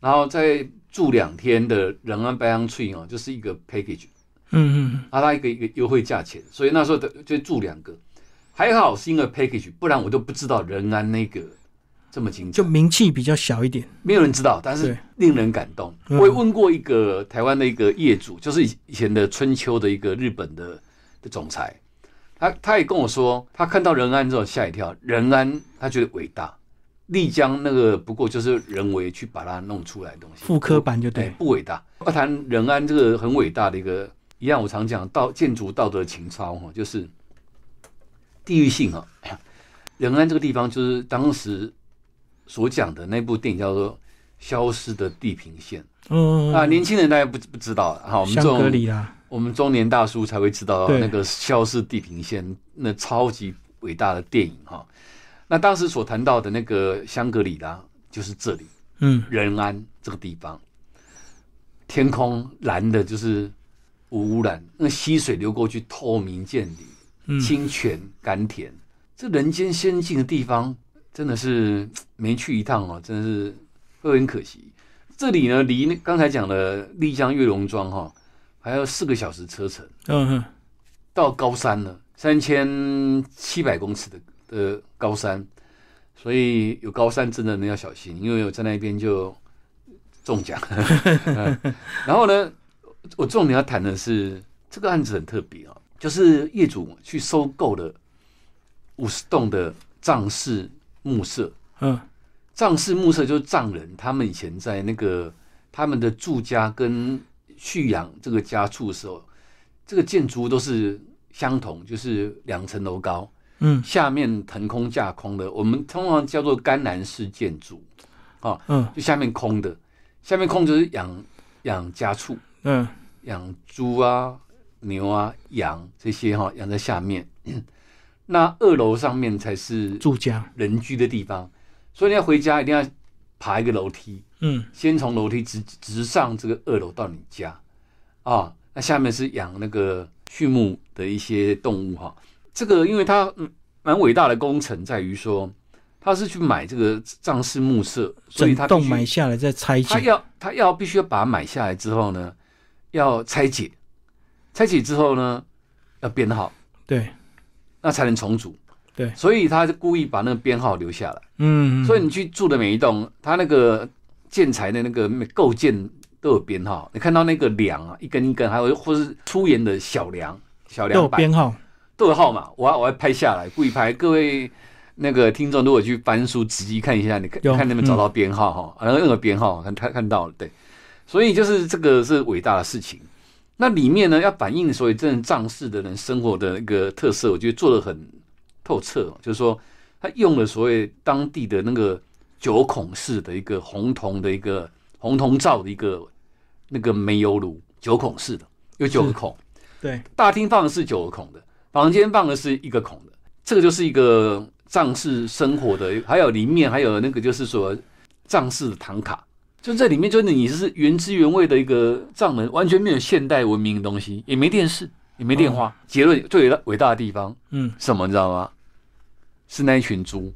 Speaker 2: 然后再住两天的仁安白杨 tree 哦，就是一个 package。
Speaker 1: 嗯嗯
Speaker 2: 啊，它一个一个优惠价钱，所以那时候的就住两个，还好是因为 package，不然我都不知道仁安那个这么精
Speaker 1: 嗯，
Speaker 2: 彩
Speaker 1: 就，名气比较小一点。
Speaker 2: 没有人知道，但
Speaker 1: 对
Speaker 2: 是令人感动。
Speaker 1: 嗯
Speaker 2: 我也问过一个台湾的一个业主，就是以以前的春秋的一个日本的的总裁，他他也跟我说，他看到仁安之后吓一跳，仁安他觉得伟大，丽江那个不过就是人为去把它弄出来的东西，
Speaker 1: 妇科版就
Speaker 2: 对，
Speaker 1: 对，
Speaker 2: 不伟大。要谈仁安这个很伟大的一个，一样我常讲道建筑道德情操哈，就是地域性啊。仁安这个地方就是当时所讲的那部电影叫做《消失的地平线》
Speaker 1: 嗯
Speaker 2: 啊，年轻人大家不不知道啊，我们这
Speaker 1: 香格
Speaker 2: 种
Speaker 1: 里拉，
Speaker 2: 我们中年大叔才会知道
Speaker 1: 对
Speaker 2: 那个《消失地平线》那超级伟大的电影哈。那当时所谈到的那个香格里拉就是这里。
Speaker 1: 嗯，
Speaker 2: 仁安这个地方，天空蓝的，就是无污染，那溪水流过去透明见
Speaker 1: 嗯
Speaker 2: 底，清泉甘甜，这人间仙境的地方，真的是没去一趟哦，真的是会很可惜。这里呢，离那刚才讲的丽江月龙庄哈、还要四个小时车程，
Speaker 1: 嗯嗯，
Speaker 2: 到高山了，三千七百公尺的的高山，所以有高山症的人要小心，因为我在那边就中奖。嗯然后呢，我重点要谈的是这个案子很特别啊、就是业主去收购了五十栋的藏式木舍，
Speaker 1: 嗯
Speaker 2: 藏式木舍就是藏人他们以前在那个他们的住家跟蓄养这个家畜的时候，这个建筑都是相同，就是两层楼高，
Speaker 1: 嗯
Speaker 2: 下面腾空架空的，我们通常叫做甘南式建筑，哦
Speaker 1: 嗯
Speaker 2: 就下面空的，下面空就是养养家畜，
Speaker 1: 嗯
Speaker 2: 养猪啊、牛啊、羊这些哈、养在下面， 那二楼上面才是
Speaker 1: 住家，
Speaker 2: 人居的地方，所以你要回家一定要爬一个楼梯，
Speaker 1: 嗯
Speaker 2: 先从楼梯直直上这个二楼到你家啊。那下面是养那个畜牧的一些动物哈、这个因为它嗯蛮伟大的工程在于说，他是去买这个藏式木舍，所以
Speaker 1: 整
Speaker 2: 他必
Speaker 1: 栋
Speaker 2: 须
Speaker 1: 买下来再拆
Speaker 2: 他
Speaker 1: 解，
Speaker 2: 要他要必须要把它买下来之后呢，要拆解，拆解之后呢要编号，
Speaker 1: 对，
Speaker 2: 那才能重组。
Speaker 1: 对
Speaker 2: 所以他就故意把那个编号留下来。
Speaker 1: 嗯，
Speaker 2: 所以你去住的每一栋，它那个建材的那个构建都有编号。你看到那个梁啊，一根一根，还有或是粗盐的小梁、小
Speaker 1: 都有
Speaker 2: 梁板
Speaker 1: 编号，
Speaker 2: 都有号码，我还我还拍下来，故意拍。各位那个听众，如果去翻书仔细看一下，你看
Speaker 1: 有
Speaker 2: 看能不能找到编号哈、然后那个编号看看看到了，对。所以就是这个是伟大的事情。那里面呢，要反映所以真正藏式的人生活的那个特色，我觉得做的很透彻哦。就是说，他用了所谓当地的那个九孔式的一个红铜的一个红铜罩的一个那个煤油炉，九孔式的，有九个
Speaker 1: 是
Speaker 2: 孔。
Speaker 1: 对，
Speaker 2: 大厅放的是九个孔的，房间放的是一个孔的，这个就是一个藏式生活的，还有里面还有那个就是说藏式的唐卡，就这里面就是你是原汁原味的一个藏门，完全没有现代文明的东西，也没电视，也没电话。结论最伟大伟大的地方
Speaker 1: 哦嗯，
Speaker 2: 什么你知道吗？是那一群猪，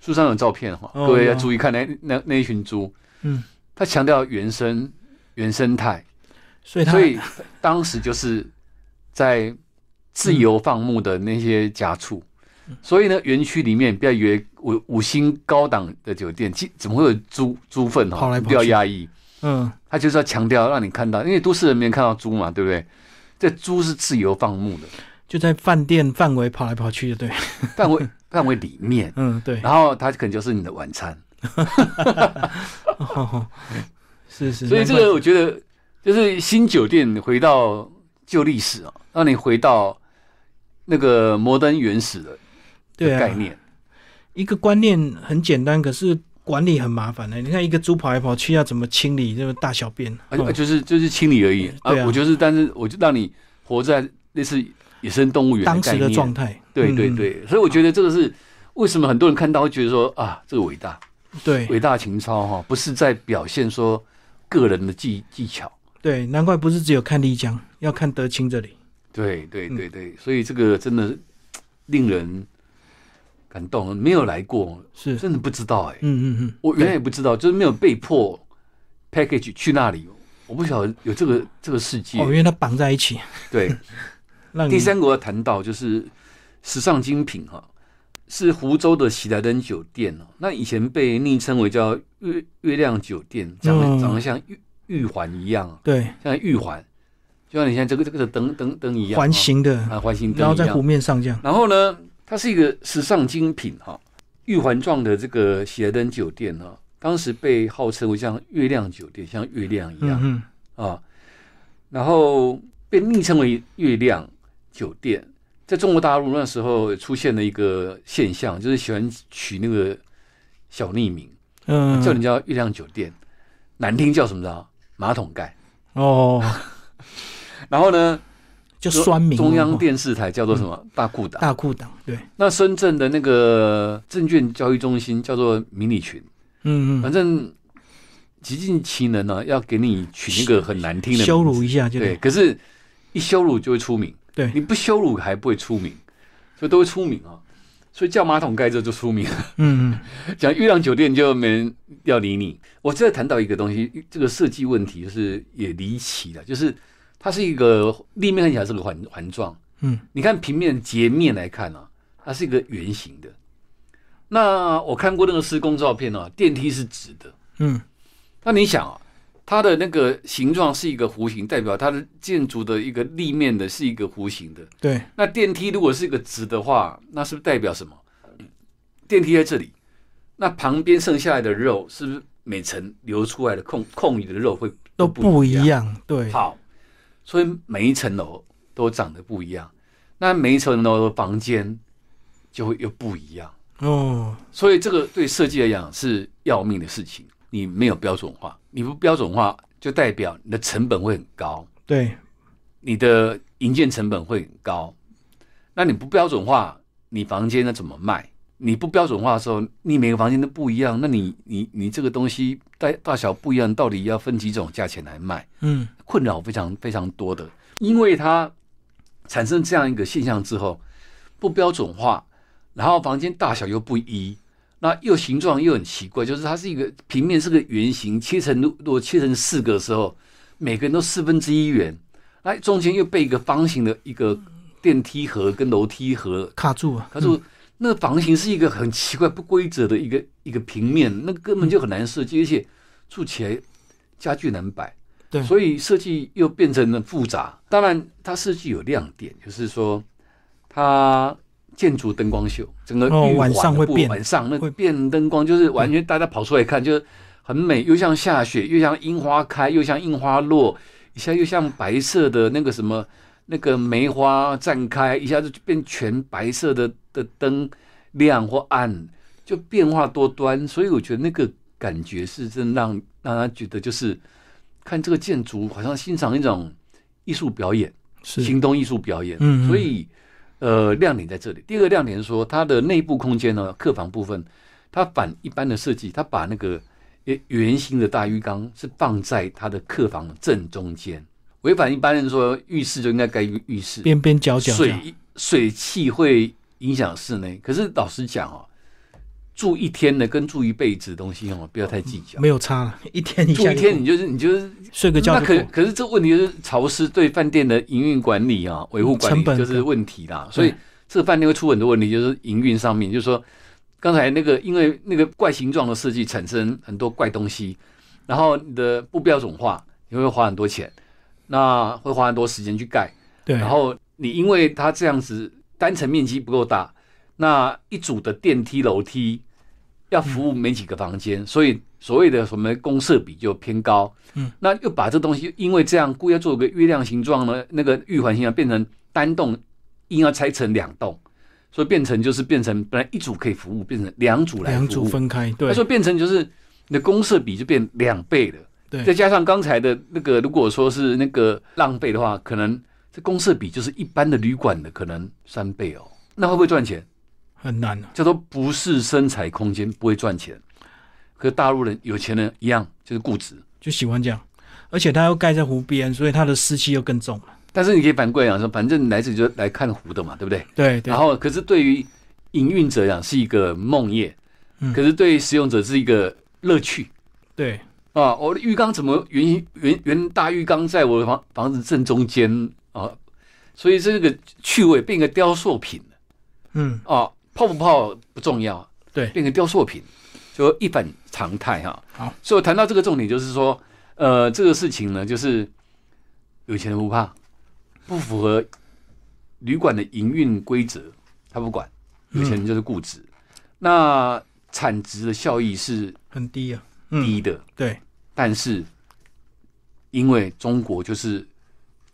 Speaker 2: 书上有照片哈，
Speaker 1: 哦
Speaker 2: 各位
Speaker 1: 有
Speaker 2: 要注意看那那那一群猪，
Speaker 1: 嗯，
Speaker 2: 它强调原生原生态。
Speaker 1: 所以他
Speaker 2: 所以当时就是在自由放牧的那些家畜，
Speaker 1: 嗯
Speaker 2: 所以呢，园区里面不要以为五五星高档的酒店，其怎么会有猪猪粪
Speaker 1: 跑来
Speaker 2: 哦？
Speaker 1: 跑去
Speaker 2: 不要压抑，
Speaker 1: 嗯，
Speaker 2: 他就是要强调让你看到，因为都市人没看到猪嘛，对不对？这猪是自由放牧 的
Speaker 1: 就在饭店范围跑来跑去的，对，
Speaker 2: 范围范围里面，
Speaker 1: 嗯， 对，
Speaker 2: 然后它可能就是你的晚餐，
Speaker 1: 哦 是是，
Speaker 2: 所以这
Speaker 1: 难怪
Speaker 2: 个我觉得就是新酒店回到旧历史啊，让你回到那个摩登原始的
Speaker 1: 对
Speaker 2: 的
Speaker 1: 啊
Speaker 2: 概念。
Speaker 1: 一个观念很简单，可是管理很麻烦的、欸你看一个猪跑来跑去，要怎么清理这个大小便？
Speaker 2: 而且、
Speaker 1: 哦
Speaker 2: 哎就是就是清理而已啊
Speaker 1: 对啊
Speaker 2: 我就是，但是我就让你活在类似野生动物园
Speaker 1: 当
Speaker 2: 概
Speaker 1: 时
Speaker 2: 念。
Speaker 1: 的状态，
Speaker 2: 对对
Speaker 1: 嗯、
Speaker 2: 对，所以我觉得这个是为什么很多人看到会觉得说啊，这个伟大，
Speaker 1: 对
Speaker 2: 伟大情操哈、不是在表现说个人的技技巧。
Speaker 1: 对，难怪不是只有看丽江，要看德清这里。
Speaker 2: 对对
Speaker 1: 嗯
Speaker 2: 对对，所以这个真的是令人感动，没有来过，
Speaker 1: 是，
Speaker 2: 真的不知道哎、
Speaker 1: 嗯嗯嗯，
Speaker 2: 我原来也不知道，就是没有被迫 package 去那里，我不晓得有这个这个世界。
Speaker 1: 哦，因为它绑在一起，
Speaker 2: 对。
Speaker 1: 让你
Speaker 2: 第三个我要谈到就是时尚精品哈、是湖州的喜来登酒店哦，那以前被昵称为叫月月亮酒店，长得、
Speaker 1: 嗯
Speaker 2: 长得像玉玉环一样啊，
Speaker 1: 对
Speaker 2: 像玉环，就像你现在这个这个的灯灯灯一样啊，
Speaker 1: 环形的，
Speaker 2: 啊环形
Speaker 1: 然
Speaker 2: 灯
Speaker 1: 后
Speaker 2: 一
Speaker 1: 在湖
Speaker 2: 样。
Speaker 1: 面上这样，
Speaker 2: 然后呢，它是一个时尚精品哈、玉环状的这个喜来登酒店啊，当时被号称为像月亮酒店，像月亮一样
Speaker 1: 嗯。嗯，
Speaker 2: 啊，然后被昵称为“月亮酒店”。在中国大陆那时候出现了一个现象，就是喜欢取那个小匿名，
Speaker 1: 嗯，
Speaker 2: 叫人家“月亮酒店”，难听叫什么知道？马桶盖。
Speaker 1: 哦，
Speaker 2: 然后呢，
Speaker 1: 就酸民
Speaker 2: 中央
Speaker 1: 哦嗯
Speaker 2: 电视台叫做什么？大裤衩。
Speaker 1: 大裤裆，对，
Speaker 2: 那深圳的那个证券交易中心叫做迷你群。
Speaker 1: 嗯嗯，
Speaker 2: 反正极尽其能呢、要给你取那个很难听的名字
Speaker 1: 羞辱一下就
Speaker 2: 对，可是一羞辱就会出名，
Speaker 1: 对
Speaker 2: 你不羞辱还不会出名，所以都会出名啊。所以叫马桶盖这就出名，
Speaker 1: 嗯嗯，
Speaker 2: 讲月亮酒店就没人要理你。我这谈到一个东西，这个设计问题就是也离奇了，就是它是一个立面看起来是个环环状，
Speaker 1: 嗯，
Speaker 2: 你看平面截面来看啊，它是一个圆形的。那我看过那个施工照片啊，电梯是直的，
Speaker 1: 嗯，
Speaker 2: 那你想啊，它的那个形状是一个弧形，代表它的建筑的一个立面的是一个弧形的。
Speaker 1: 对，
Speaker 2: 那电梯如果是一个直的话，那是不是代表什么？电梯在这里，那旁边剩下来的肉是不是每层流出来的空空余的肉会
Speaker 1: 都不一？样，对，
Speaker 2: 好，所以每一层楼都长得不一样，那每一层楼的房间就会又不一样。
Speaker 1: 哦，
Speaker 2: 所以这个对设计来讲是要命的事情。你没有标准化，你不标准化就代表你的成本会很高，
Speaker 1: 对，
Speaker 2: 你的营建成本会很高。那你不标准化，你房间那怎么卖？你不标准化的时候，你每个房间都不一样，那你你你这个东西大大小不一样，到底要分几种价钱来卖？
Speaker 1: 嗯，
Speaker 2: 困扰非常非常多的，因为它产生这样一个现象之后，不标准化，然后房间大小又不一，那又形状又很奇怪，就是它是一个平面是个圆形，切成如如果切成四个的时候，每个人都四分之一圆，那中间又被一个方形的一个电梯盒跟楼梯盒
Speaker 1: 卡住啊了，
Speaker 2: 可是我那个房型是一个很奇怪不规则的一个一个平面，那个根本就很难设计，而且住起来家具难摆，
Speaker 1: 对
Speaker 2: 所以设计又变成了复杂。当然，它设计有亮点，就是说它建筑灯光秀，整个
Speaker 1: 哦
Speaker 2: 玉
Speaker 1: 晚上
Speaker 2: 环的
Speaker 1: 会
Speaker 2: 部
Speaker 1: 变
Speaker 2: 晚上那
Speaker 1: 会
Speaker 2: 变灯光，就是完全大家跑出来看，就是很美，又像下雪，又像樱花开，又像樱花落，一下又像白色的那个什么那个梅花绽开，一下就变全白色的的灯亮或暗，就变化多端。所以我觉得那个感觉是真让让他觉得就是看这个建筑，好像欣赏一种艺术表演，
Speaker 1: 嗯是
Speaker 2: 行动艺术表演。
Speaker 1: 嗯嗯
Speaker 2: 所以呃，亮点在这里。第二个亮点是说它的内部空间呢，客房部分，它反一般的设计，它把那个呃圆形的大浴缸是放在它的客房正中间。违反一般人说，浴室就应该盖浴浴室，
Speaker 1: 边边角角这样，
Speaker 2: 水水汽会影响室内。可是老实讲哦，住一天的跟住一辈子的东西哦，不要太计较。
Speaker 1: 没有差了，一天一
Speaker 2: 住
Speaker 1: 下
Speaker 2: 一
Speaker 1: 就
Speaker 2: 天
Speaker 1: 过
Speaker 2: 你就是你就是，
Speaker 1: 睡个觉
Speaker 2: 那
Speaker 1: 就
Speaker 2: 可
Speaker 1: 够，
Speaker 2: 可是这问题就是潮湿对饭店的营运管理啊、维护管理
Speaker 1: 成本
Speaker 2: 就是
Speaker 1: 跟
Speaker 2: 问题啦。所以这个饭店会出很多问题，就是营运上面，就是说刚才那个因为那个怪形状的设计产生很多怪东西，然后你的不标准化，你会花很多钱，那会花很多时间去盖。
Speaker 1: 对，
Speaker 2: 然后你因为它这样子单层面积不够大，那一组的电梯楼梯要服务没几个房间，所以所谓的什么公设比就偏高。
Speaker 1: 嗯，
Speaker 2: 那又把这东西因为这样故意要做个月亮形状呢，那个玉环形状变成单栋，硬要拆成两栋，所以变成就是变成本来一组可以服务，变成两组来
Speaker 1: 两
Speaker 2: 服
Speaker 1: 组
Speaker 2: 务。
Speaker 1: 分开，对
Speaker 2: 那，就变成就是你的公设比就变两倍了。
Speaker 1: 对
Speaker 2: 再加上刚才的那个，如果说是那个浪费的话，可能这公设比就是一般的旅馆的可能三倍哦。那会不会赚钱？
Speaker 1: 很难啊，
Speaker 2: 叫做不是生财空间，不会赚钱。和大陆人有钱人一样，就是固执。
Speaker 1: 就喜欢这样，而且它又盖在湖边，所以它的湿气又更重了，
Speaker 2: 但是你可以反过来讲说，反正你来这里就来看湖的嘛，对不对？
Speaker 1: 对对
Speaker 2: 然，后，可是对于营运者来讲是一个梦魇，
Speaker 1: 嗯
Speaker 2: 可是对于使用者是一个乐趣。
Speaker 1: 对，
Speaker 2: 啊，我的浴缸怎么原原原大浴缸在我的房房子正中间啊？所以这个趣味变个雕塑品
Speaker 1: 嗯，
Speaker 2: 啊，泡不泡不重要，
Speaker 1: 对
Speaker 2: 变个雕塑品，就一反常态哈、
Speaker 1: 好，
Speaker 2: 所以我谈到这个重点就是说，呃，这个事情呢，就是有钱人不怕，不符合旅馆的营运规则，他不管，有
Speaker 1: 嗯
Speaker 2: 钱人就是固执。那产值的效益是
Speaker 1: 很低啊，嗯，
Speaker 2: 低的，
Speaker 1: 对，
Speaker 2: 但是因为中国就是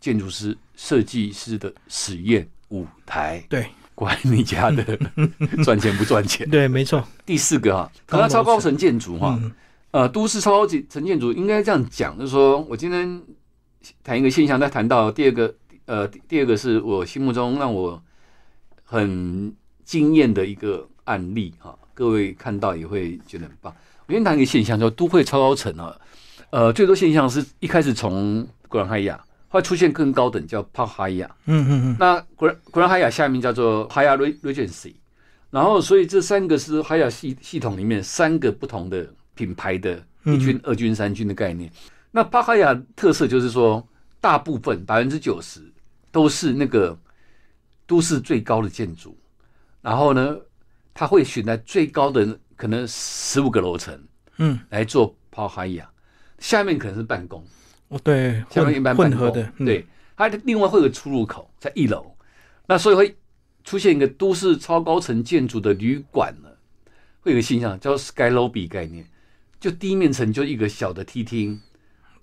Speaker 2: 建筑师、设计师的实验舞台，
Speaker 1: 对
Speaker 2: 管你家的 赚钱不赚钱。
Speaker 1: 对，没错，
Speaker 2: 第四个啊哈，谈到超高层建筑哈，
Speaker 1: 嗯，
Speaker 2: 呃，都市超高层建筑应该这样讲，就是说我今天谈一个现象，再谈到第二个，呃，第第二个是我心目中让我很惊艳的一个案例哈、各位看到也会觉得很棒。我先谈一个现象，叫都会超高层啊，呃，最多现象是一开始从古兰海雅，后来出现更高等叫帕哈雅，
Speaker 1: 嗯嗯嗯，
Speaker 2: 那古兰古兰海雅下面叫做海雅 Regency，然后所以这三个是海雅系系统里面三个不同的品牌的一军、二军、三军的概念。那巴哈雅特色就是说，大部分百分之九十都是那个都市最高的建筑，然后呢，它会选在最高的可能十五个楼层，
Speaker 1: 嗯，
Speaker 2: 来做巴哈雅，下面可能是办公。
Speaker 1: 哦对，
Speaker 2: 下面一
Speaker 1: 混
Speaker 2: 般
Speaker 1: 混
Speaker 2: 办
Speaker 1: 合
Speaker 2: 公
Speaker 1: 的，嗯，
Speaker 2: 对，它另外会有出入口在一楼，那所以会出现一个都市超高层建筑的旅馆呢，会有个现象叫 sky lobby 概念，就地面层就一个小的梯厅，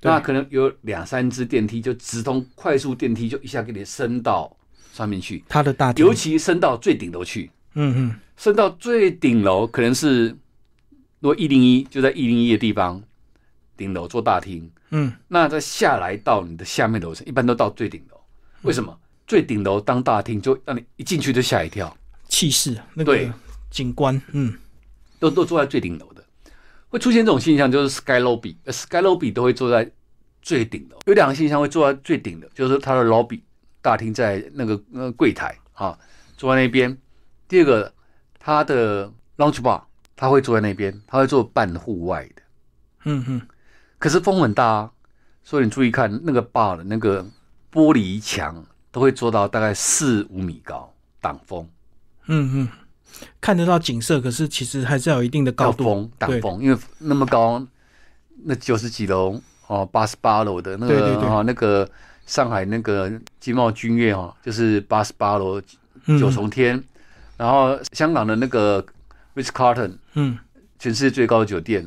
Speaker 1: 对
Speaker 2: 那可能有两三只电梯，就直通快速电梯就一下给你升到上面去，
Speaker 1: 它的大厅
Speaker 2: 尤，其升到最顶楼去，
Speaker 1: 嗯嗯，
Speaker 2: 升到最顶楼，可能是如果一零一就在一零一的地方，顶楼做大厅。
Speaker 1: 嗯，
Speaker 2: 那再下来到你的下面楼层，一般都到最顶楼。为什么？最顶楼当大厅，就让你一进去就吓一跳，
Speaker 1: 气势那
Speaker 2: 对
Speaker 1: 个景观，嗯，
Speaker 2: 都都坐在最顶楼的，会出现这种现象，就是 sky lobby，呃，sky lobby 都会坐在最顶楼。有两个现象会坐在最顶的，就是它的 lobby 大厅在那个那个柜台啊，坐在那边。第二个，它的 lounge bar，它会坐在那边，它会做半户外的。
Speaker 1: 嗯嗯，
Speaker 2: 可是风很大啊，所以你注意看那个坝的那个玻璃墙都会做到大概四五米高，挡风、
Speaker 1: 嗯嗯，看得到景色，可是其实还是要有一定的高
Speaker 2: 要
Speaker 1: 度。
Speaker 2: 风、挡风，因为那么高，那九十几楼哦八十八楼的那
Speaker 1: 对对
Speaker 2: 个
Speaker 1: 对
Speaker 2: 啊那个上海那个金茂君悦哦，就是八十八楼
Speaker 1: 嗯
Speaker 2: 九重天，然后香港的那个 Ritz Carlton
Speaker 1: 嗯
Speaker 2: 全世界最高的酒店，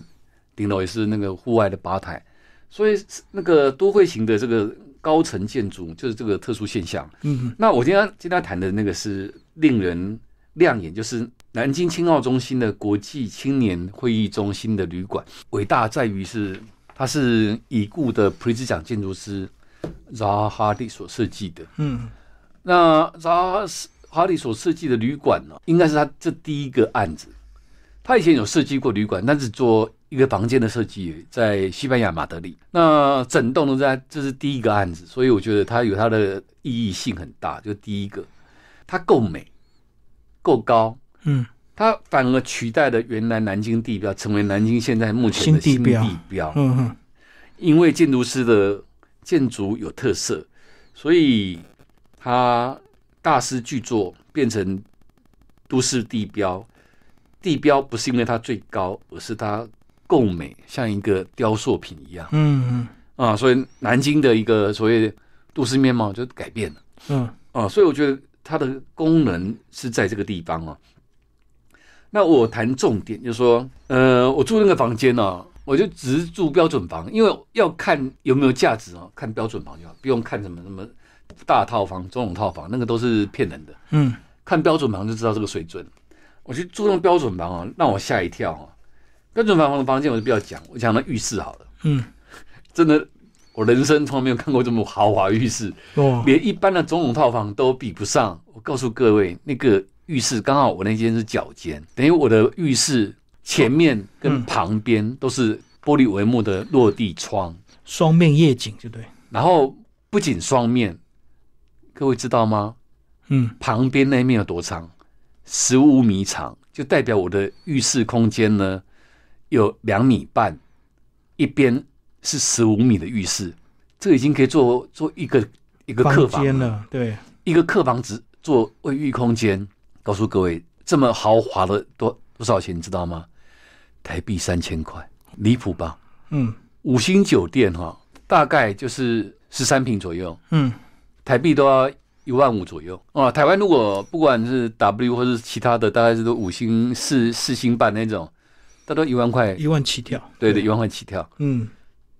Speaker 2: 顶楼也是那个户外的吧台，所以那个都会型的这个高层建筑就是这个特殊现象。
Speaker 1: 嗯
Speaker 2: 那我今天今天谈的那个是令人亮眼，就是南京青奥中心的国际青年会议中心的旅馆，伟大在于是它是已故的普利兹奖建筑师 Zaha Hadid 所设计的。
Speaker 1: 嗯
Speaker 2: 那扎哈利所设计的旅馆呢、应该是他这第一个案子。他以前有设计过旅馆，但是做一个房间的设计，在西班牙马德里。那整栋都在，这是第一个案子，所以我觉得它有它的意义性很大。就第一个，它够美，够高，
Speaker 1: 嗯
Speaker 2: 它反而取代了原来南京地标，成为南京现在目前的
Speaker 1: 新
Speaker 2: 新
Speaker 1: 地
Speaker 2: 地
Speaker 1: 标
Speaker 2: 标。
Speaker 1: 嗯嗯，
Speaker 2: 因为建筑师的建筑有特色，所以他大师巨作变成都市地标。地标不是因为它最高，而是它够美，像一个雕塑品一样
Speaker 1: 嗯
Speaker 2: 啊。所以南京的一个所谓都市面貌就改变了。
Speaker 1: 嗯
Speaker 2: 啊，所以我觉得它的功能是在这个地方哦。那我谈重点，就是说，呃，我住那个房间呢、哦我就只是住标准房，因为要看有没有价值哦，看标准房就好，不用看什么什么大套房、中种套房，那个都是骗人的。
Speaker 1: 嗯
Speaker 2: 看标准房就知道这个水准。我去住那个标准房哦，让我吓一跳哦。标准房的房间我就不要讲，我讲那浴室好了，
Speaker 1: 嗯，
Speaker 2: 真的，我人生从来没有看过这么豪华的浴室。
Speaker 1: 哦，
Speaker 2: 连一般的总统套房都比不上。我告诉各位，那个浴室刚好我那间是角间，等于我的浴室前面跟旁边都是玻璃帷幕的落地窗，
Speaker 1: 双面夜景就对，
Speaker 2: 然后不仅双面，各位知道吗？
Speaker 1: 嗯
Speaker 2: 旁边那一面有多长？十五米长，就代表我的浴室空间呢有两米半，一边是十五米的浴室，这已经可以做做一个一个客房啊
Speaker 1: 间了，对，
Speaker 2: 一个客房只做卫浴空间，告诉各位，这么豪华的多多少钱，你知道吗？台币三千块，离谱吧？
Speaker 1: 嗯
Speaker 2: 五星酒店哈、大概就是十三平左右，
Speaker 1: 嗯
Speaker 2: 台币都要一万五左右啊。台湾如果不管是 W 或是其他的，大概是都五星四四星半那种，大概一万块，
Speaker 1: 一万起跳，
Speaker 2: 对对，一万块起跳。
Speaker 1: 嗯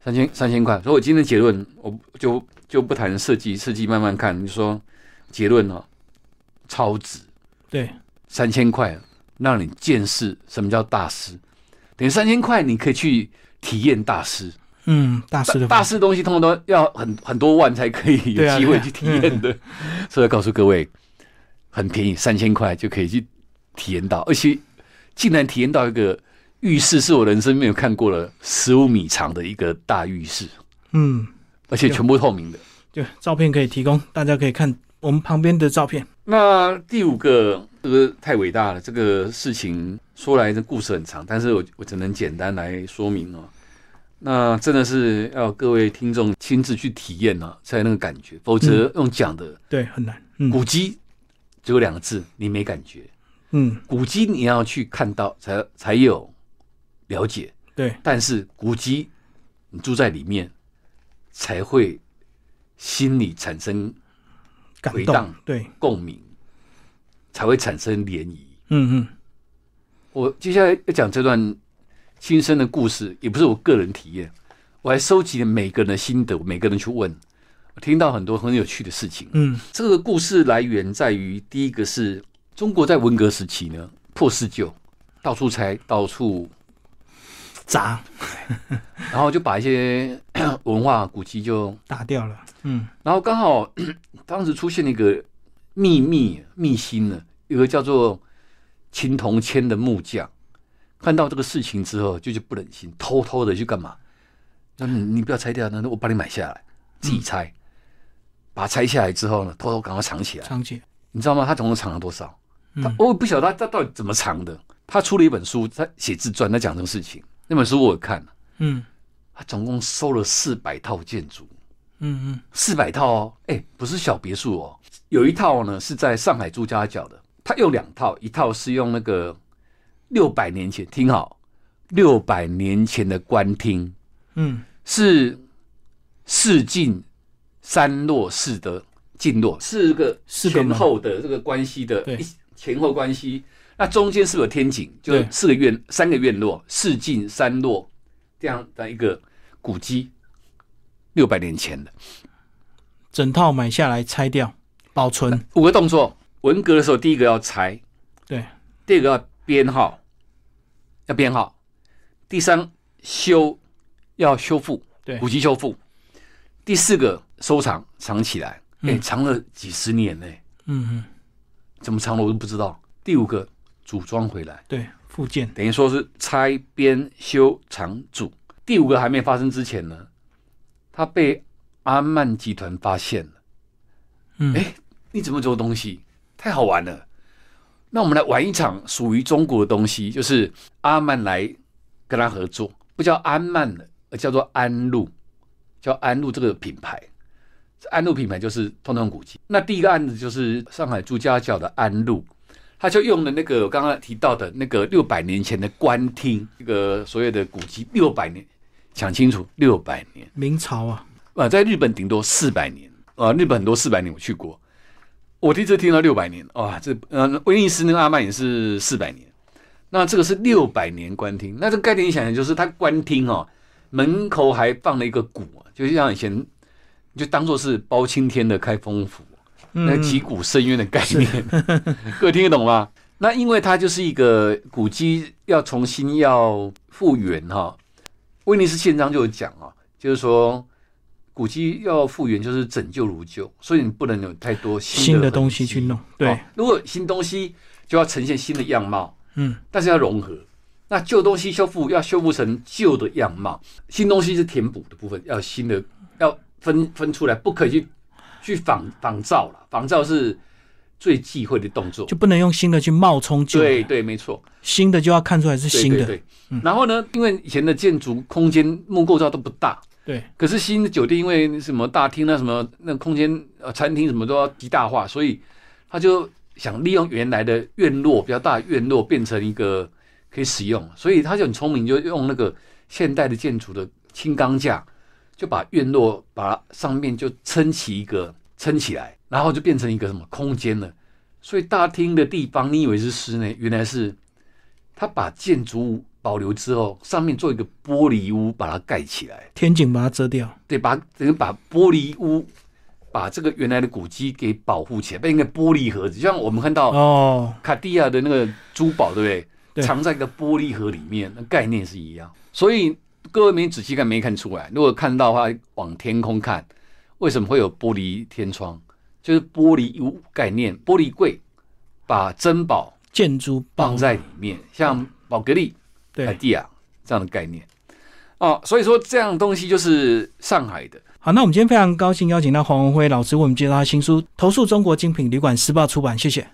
Speaker 2: 三千三千块。所以我今天的结论，我就就不谈设计，设计慢慢看。你说结论哦，超值
Speaker 1: 对，
Speaker 2: 三千块，让你见识什么叫大师。等于三千块，你可以去体验大师。
Speaker 1: 嗯大师的
Speaker 2: 大师东西通常都要很很多万才可以
Speaker 1: 对啊嗯
Speaker 2: 有
Speaker 1: 对
Speaker 2: 机会
Speaker 1: 啊
Speaker 2: 去体验的，所以要告诉各位，很便宜，三千块就可以去体验到，而且竟然体验到一个浴室是我人生没有看过的十五米长的一个大浴室。
Speaker 1: 嗯
Speaker 2: 而且全部透明的。
Speaker 1: 对，照片可以提供，大家可以看我们旁边的照片，
Speaker 2: 那第五个，这个太伟大了，这个事情说来这故事很长，但是我我只能简单来说明哦。那真的是要各位听众亲自去体验啊，才有那个感觉，否则用讲的
Speaker 1: 对，很难，嗯
Speaker 2: 古迹只有两个字，你没感觉。
Speaker 1: 嗯
Speaker 2: 古迹你要去看到才才有了解，
Speaker 1: 对，
Speaker 2: 但是古迹你住在里面才会心里产生
Speaker 1: 感
Speaker 2: 回
Speaker 1: 动
Speaker 2: 荡，
Speaker 1: 对，
Speaker 2: 共鸣，才会产生涟漪。
Speaker 1: 嗯嗯
Speaker 2: 我接下来要讲这段亲身的故事，也不是我个人体验，我还收集了每个人的心得，每个人去问，我听到很多很有趣的事情。
Speaker 1: 嗯
Speaker 2: 这个故事来源在于，第一个是中国在文革时期呢破四旧，到处拆，到处，
Speaker 1: 砸
Speaker 2: 然后就把一些 文化古迹就
Speaker 1: 打掉了，嗯
Speaker 2: 然后刚好 当时出现了一个秘密秘辛呢，有个叫做秦铜谦的木匠，看到这个事情之后，就就不忍心，偷偷的去干嘛？那你你不要拆掉，那我帮你买下来，自己拆。把它拆下来之后呢，偷偷赶快藏起来，
Speaker 1: 长姐，
Speaker 2: 你知道吗？他总共藏了多少？他
Speaker 1: 嗯
Speaker 2: 我也不晓得他他到底怎么藏的。他出了一本书，他写自传，他讲这个事情。那本书我有看了，
Speaker 1: 嗯
Speaker 2: 他总共收了四百套建筑。
Speaker 1: 嗯嗯
Speaker 2: 四百套哦，哎、不是小别墅哦，有一套呢是在上海朱家角的，他用两套，一套是用那个六百年前，听好，六百年前的官厅
Speaker 1: 嗯
Speaker 2: 是四进三落四得进落四个
Speaker 1: 四个
Speaker 2: 前
Speaker 1: 门
Speaker 2: 后的这个关系的
Speaker 1: 对
Speaker 2: 一前后关系。那中间是不是有天井？就
Speaker 1: 对
Speaker 2: 四个院三个院落，四进三落这样的一个古迹，六百年前的
Speaker 1: 整套买下来拆掉保存，
Speaker 2: 五个动作。文革的时候，第一个要拆，
Speaker 1: 对，
Speaker 2: 第二个要编号，要编号。第三修要修复，
Speaker 1: 对
Speaker 2: 古籍修复。第四个收藏藏起来，哎、
Speaker 1: 嗯
Speaker 2: 藏了几十年呢、
Speaker 1: 嗯嗯，
Speaker 2: 怎么藏的我都不知道。第五个组装回来，
Speaker 1: 对，附件
Speaker 2: 等于说是拆编修藏组。第五个还没发生之前呢，他被阿曼集团发现了。
Speaker 1: 嗯
Speaker 2: 哎，你怎么做东西？太好玩了！那我们来玩一场属于中国的东西，就是阿曼来跟他合作，不叫安曼了，而叫做安陆，叫安陆这个品牌。这安陆品牌就是通通古迹。那第一个案子就是上海朱家角的安陆，他就用了那个我刚刚提到的那个六百年前的官厅，这个所谓的古迹六百年，讲清楚六百年。
Speaker 1: 明朝啊，
Speaker 2: 啊，在日本顶多四百年啊，日本很多四百年我去过，我第一次听到六百年哇，这呃威尼斯那个阿曼也是四百年，那这个是六百年官厅，那这个概念你想想就是它官厅哦，门口还放了一个鼓，啊就像以前你就当做是包青天的开封府，那
Speaker 1: 嗯
Speaker 2: 击鼓深渊的概 念， 各位听得懂吗？那因为它就是一个古迹，要重新要复原哈、威尼斯宪章就有讲啊，就是说古迹要复原，就是拯救如旧，所以你不能有太多新
Speaker 1: 新
Speaker 2: 的
Speaker 1: 的
Speaker 2: 痕
Speaker 1: 东西
Speaker 2: 迹
Speaker 1: 去弄，对
Speaker 2: 哦，如果有新东西就要呈现新的样貌，
Speaker 1: 嗯，
Speaker 2: 但是要融合。那旧东西修复要修复成旧的样貌，新东西是填补的部分，要新的要分分出来，不可以去去仿仿造了，仿造是最忌讳的动作
Speaker 1: 就。不能用新的去冒充旧
Speaker 2: 对
Speaker 1: 的，
Speaker 2: 对，没错。
Speaker 1: 新的就要看出来是
Speaker 2: 对
Speaker 1: 新
Speaker 2: 对
Speaker 1: 的，嗯
Speaker 2: 对。然后呢，因为以前的建筑空间木构造都不大，
Speaker 1: 对，
Speaker 2: 可是新的酒店因为什么大厅啊什么那空间呃餐厅什么都要极大化，所以他就想利用原来的院落比较大的院落变成一个可以使用，所以他就很聪明，就用那个现代的建筑的轻钢架，就把院落把上面就撑起一个撑起来，然后就变成一个什么空间了。所以大厅的地方，你以为是室内，原来是他把建筑物保留之后，上面做一个玻璃屋把它盖起来。
Speaker 1: 天井把它遮掉，
Speaker 2: 对，把等于把玻璃屋，把这个原来的古迹给保护起来，变成一个玻璃盒子，就像我们看到
Speaker 1: 哦，
Speaker 2: 卡地亚的那个珠宝，对不对？
Speaker 1: 对
Speaker 2: 藏在一个玻璃盒里面，那概念是一样。所以各位没仔细看没看出来，如果看到的话，往天空看，为什么会有玻璃天窗？就是玻璃屋概念，玻璃柜把珍宝
Speaker 1: 建筑
Speaker 2: 放
Speaker 1: 保
Speaker 2: 在里面，像宝格丽、卡
Speaker 1: 对，
Speaker 2: 地亚这样的概念。哦，所以说这样的东西就是上海的。
Speaker 1: 好，那我们今天非常高兴邀请到黄文辉老师为我们介绍他新书《投诉中国精品旅馆时报》出版，谢谢。